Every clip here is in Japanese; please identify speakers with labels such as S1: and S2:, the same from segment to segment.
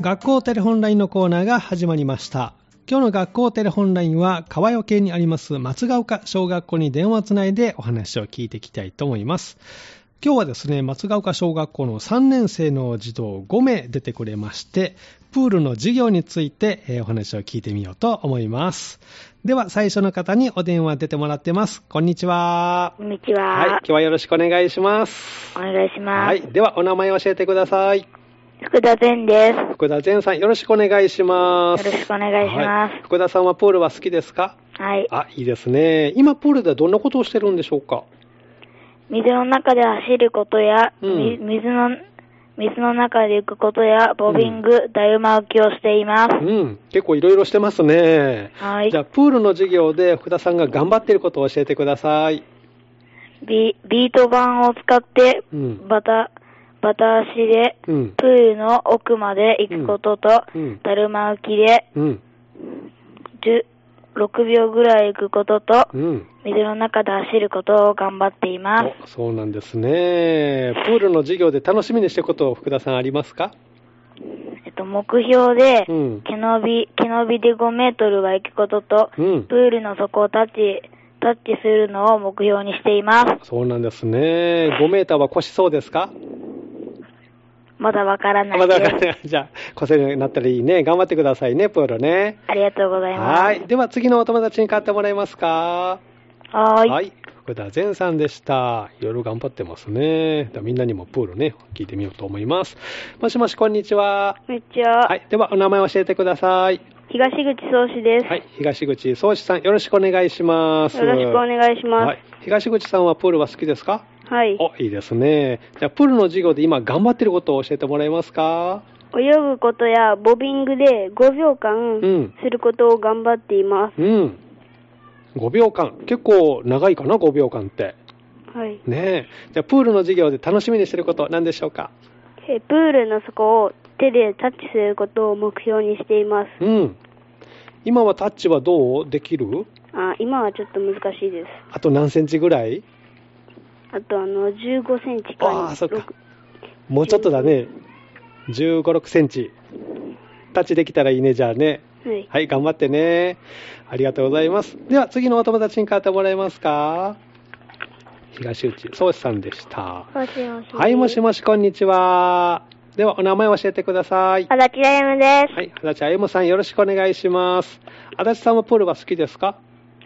S1: 学校テレホンラインのコーナーが始まりました今日の学校テレホンラインは川除にあります松ヶ丘小学校に電話をつないでお話を聞いていきたいと思います今日はですね松ヶ丘小学校の3年生の児童5名出てくれましてプールの授業についてえーお話を聞いてみようと思いますでは最初の方にお電話出てもらってますこんにちは
S2: こんにちは。
S1: はい今日はよろしくお願いします
S2: お願いします。
S1: はい。では、お名前を教えてください。
S2: 福田善です。よ
S1: 福田善さん、よろしくお願いし
S2: ろ
S1: ます。
S2: しくお願いしま
S1: はい福田さんはプールは好きですか
S2: す。はい。
S1: あ、いいですね。今、プールではどんなことをしてるんでしょうか
S2: 水の中で走ることや、
S1: うん
S2: み水の、水の中で浮くことや、ボビング、だるま浮きをしていま
S1: う
S2: す。
S1: ん。結構いろいろしてますね。
S2: はい
S1: じゃ。あ、プールの授業で福田さんが頑張っていることを教えてください。
S2: ビビート板を使って、
S1: うん。
S2: バタ、バタ足で、
S1: うん。
S2: プールの奥まで行くことと、
S1: うん。
S2: だるま浮きで、
S1: うん。
S2: 10 6秒ぐらい浮くことと、
S1: うん。
S2: 水の中で走ることを頑張っています。
S1: おそうなんですね。プールの授業で楽しみにしてること、福田さんありますか
S2: えっと、目標で、
S1: うん。
S2: 毛伸び、毛伸びで5メートルは行くことと、
S1: うん
S2: プ。ールの底をタッチ、タッチするのを目標にしています。
S1: そうなんですね。5メーターは越しそうですか
S2: まだわからな
S1: ま
S2: い
S1: だ
S2: で
S1: わ
S2: す。
S1: からない。 じゃあ、個性になったらいいね。頑張ってくださいね、プールね。
S2: ありがとうございます。
S1: はい。では、次のお友達に買ってもらえますか
S2: はーい。
S1: 福田善さんでした。いろいろ頑張ってますね。ではみんなにもプールね、聞いてみようと思います。もしもし、こんにちは。
S2: こんにちは。
S1: はい。では、お名前を教えてください。
S2: 東口総司です、
S1: はい。東口宗志さん、よろしくお願いします。
S2: よろしくお願いします。
S1: はい。東口さんはプールは好きですか
S2: はい。
S1: お、いいですね。じゃあ、プールの授業で今頑張ってることを教えてもらえますか
S2: 泳ぐことやボビングで5秒
S1: う
S2: 間
S1: ん。
S2: することを頑張っていま
S1: うん。5秒間。結構長いかな、5秒間って。
S2: す。はい。
S1: ねえ。じゃあ、プールの授業で楽しみにしてること、何でしょうか
S2: えプールの底を手でタッチすることを目標にしています。
S1: うん。今はタッチはどうできる
S2: あ今はちょっと難しいです。
S1: あと何センチぐらい
S2: あとあの15センチか
S1: ああ、そっか。もうちょっとだね。15、6センチ。タッチできたらいいね、じゃあね。
S2: はい。
S1: はい、頑張ってね。ありがとうございます。では、次のお友達に変わってもらえますか東内宗志さんでした。
S2: もしもし。
S1: はい、もしもし、こんにちは。では、お名前を教えてください。
S2: 足立歩です。
S1: はい、足立歩夢さん、よろしくお願いします。足立さんはプールは好きですか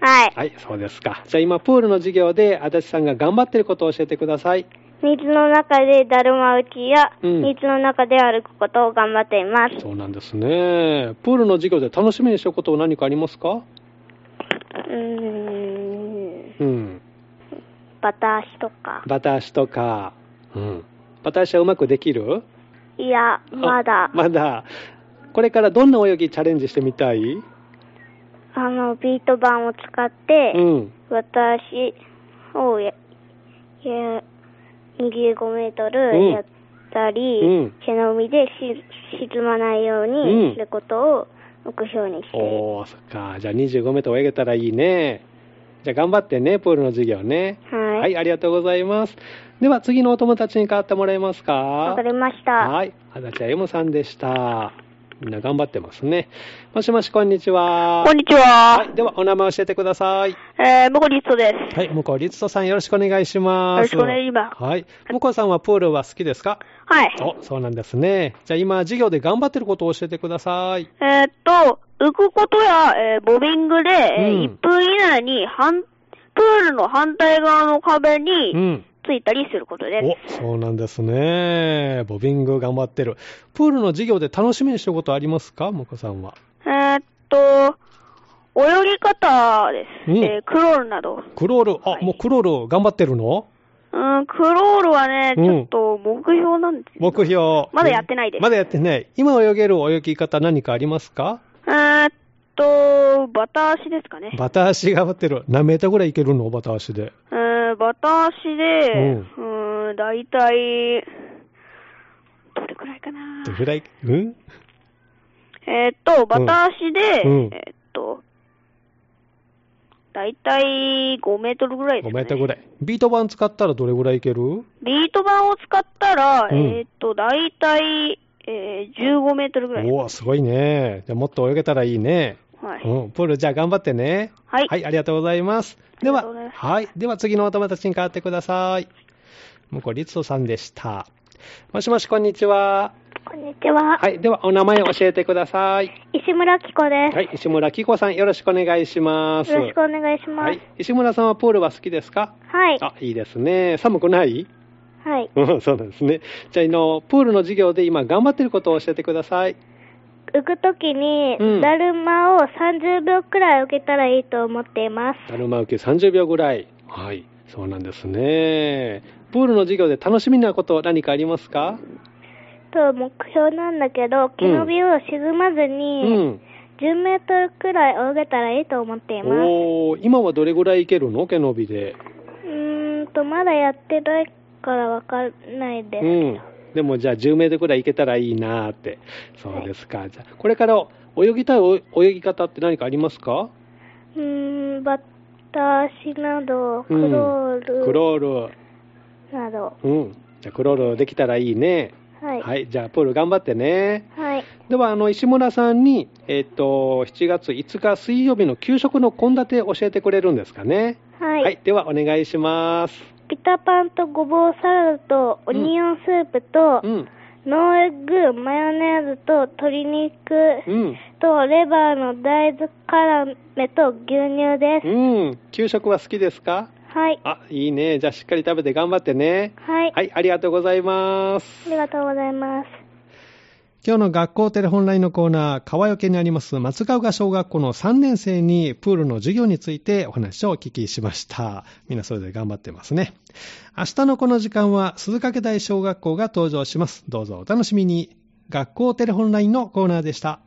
S2: はい。
S1: はい、そうですか。じゃあ、今、プールの授業で、足立さんが頑張ってることを教えてください。
S2: 水の中でだるま浮きや、
S1: うん
S2: 水の中で歩くことを頑張っています。
S1: そうなんですね。プールの授業で楽しみにしてることは何かありますか
S2: うーん。
S1: うん。
S2: バタ足とか。
S1: バタ足とか、うん。バタ足はうまくできる
S2: いや、まだ
S1: あ。まだ。これからどんな泳ぎチャレンジしてみたい
S2: あの、ビート板を使って、
S1: うん。
S2: 私をや、や、25メート
S1: うん
S2: ルやったり、
S1: うん
S2: 毛の海でし沈まないよう
S1: うん
S2: にすることを目標にしています。
S1: おー、そっか。じゃあ25メートル泳げたらいいね。じゃあ頑張ってね、プールの授業ね。
S2: はい。
S1: ありがとうございます。では次のお友達に代わってもらえますか
S2: わかりました。
S1: はい。足立歩夢さんでした。みんな頑張ってますね。もしもし、こんにちは。
S3: こんにち
S1: は
S3: は。
S1: い。では、お名前教えてください。
S3: えー、向こうリストです。
S1: はい。向こう、律人さん、よろしくお願いします。
S3: よろしくお願いします
S1: はい。向こうさんはプールは好きですか
S3: はい。
S1: お、そうなんですね。じゃあ今、授業で頑張ってることを教えてください。
S3: えーっと、浮くことや、えーボビングで、え
S1: うん
S3: ー1分以内に反、プールの反対側の壁
S1: う
S3: に
S1: ん。
S3: ついたりすることで
S1: お、
S3: す。
S1: そうなんですね。ボビング頑張ってる。プールの授業で楽しみにしてることありますか向こうさんは。
S3: えーっと、泳ぎ方です。
S1: うん
S3: えークロールなど。
S1: クロール、あ、もうクロール頑張ってるの
S3: うん、クロールはね、ち
S1: うん
S3: ょっと目標なんですよ。
S1: 目標。
S3: まだやってないです
S1: まだやってない。今泳げる泳ぎ方何かありますか
S3: えーっと、バタ足ですかね。
S1: バタ足頑張ってる。何メーターぐらいいけるのバタ足で。
S3: えー、バタ足で、うーん、大体、どれくらいかな
S1: ど。れぐらい、うん
S3: えーっと、バタ足で、
S1: うん
S3: えーっと、大体5メートルぐらいで
S1: ?5
S3: すか、ね。
S1: メーターぐらい。ビート板使ったらどれぐらいいける
S3: ビート板を使ったら、
S1: うん
S3: えーっと、大体えー、15メートルぐらい。
S1: おお、すごいね。じゃあもっと泳げたらいいね。
S3: はい。
S1: うん、プール、じゃあ頑張ってね。
S3: はい
S1: ありがとうございます。で
S3: ありがとうござい
S1: は、
S3: ます
S1: はい。では、次のお友達に変わってください。向こう、律人さんでした。もしもし、こんにちは。
S2: こんにちは。
S1: はい。では、お名前を教えてください。
S2: 石村紀子です。
S1: はい。石村紀子さん、よろしくお願いします。
S2: よろしくお願いします
S1: は。い。石村さんはプールは好きですか
S2: はい。
S1: あ、いいですね。寒くない
S2: はい。
S1: うん、そうなんですね。じゃあ、あの、プールの授業で今頑張ってることを教えてください。
S2: 浮くときに、
S1: うん
S2: だるまを30秒くらい受けたらいいと思っています。
S1: だるま受け30秒ぐらい。はい。そうなんですね。プールの授業で楽しみなこと何かありますか
S2: と、目標なんだけど、木の実を沈まず
S1: う
S2: に、
S1: ん。
S2: 10メートルくらい泳げたらいいと思っています。
S1: おー、今はどれぐらいいけるの毛伸びで。
S2: うーんと、まだやってないからわかんないです
S1: う。ん。でもじゃあ10メートルぐらいいけたらいいなーって。そうですか。じゃあ、これから泳ぎたいお泳ぎ方って何かありますか
S2: うーん、バッタ足など、ク
S1: うん
S2: ロール、
S1: クロール。
S2: など。
S1: うん。じゃあ、クロールできたらいいね。
S2: はい。はい。
S1: じゃあ、プール頑張ってね。では、あの、石村さんに、えっと、7月5日水曜日の給食の献立教えてくれるんですかね。
S2: はい。
S1: では、お願いします。
S2: ピタパンとごぼうサラダとオニオンスープと、
S1: うん。
S2: ノーエッグ、マヨネーズと鶏肉
S1: うん。
S2: とレバーの大豆辛めと牛乳です。
S1: うん。給食は好きですか
S2: はい。
S1: あ、いいね。じゃあ、しっかり食べて頑張ってね。
S2: はい。あ
S1: はい、ありがとうございます。
S2: りがとうございます。
S1: 今日の学校テレホンラインのコーナー、川除にあります松川が小学校の3年生にプールの授業についてお話をお聞きしました。みんなそれぞれ頑張ってますね。明日のこの時間は鈴掛台小学校が登場します。どうぞお楽しみに。学校テレホンラインのコーナーでした。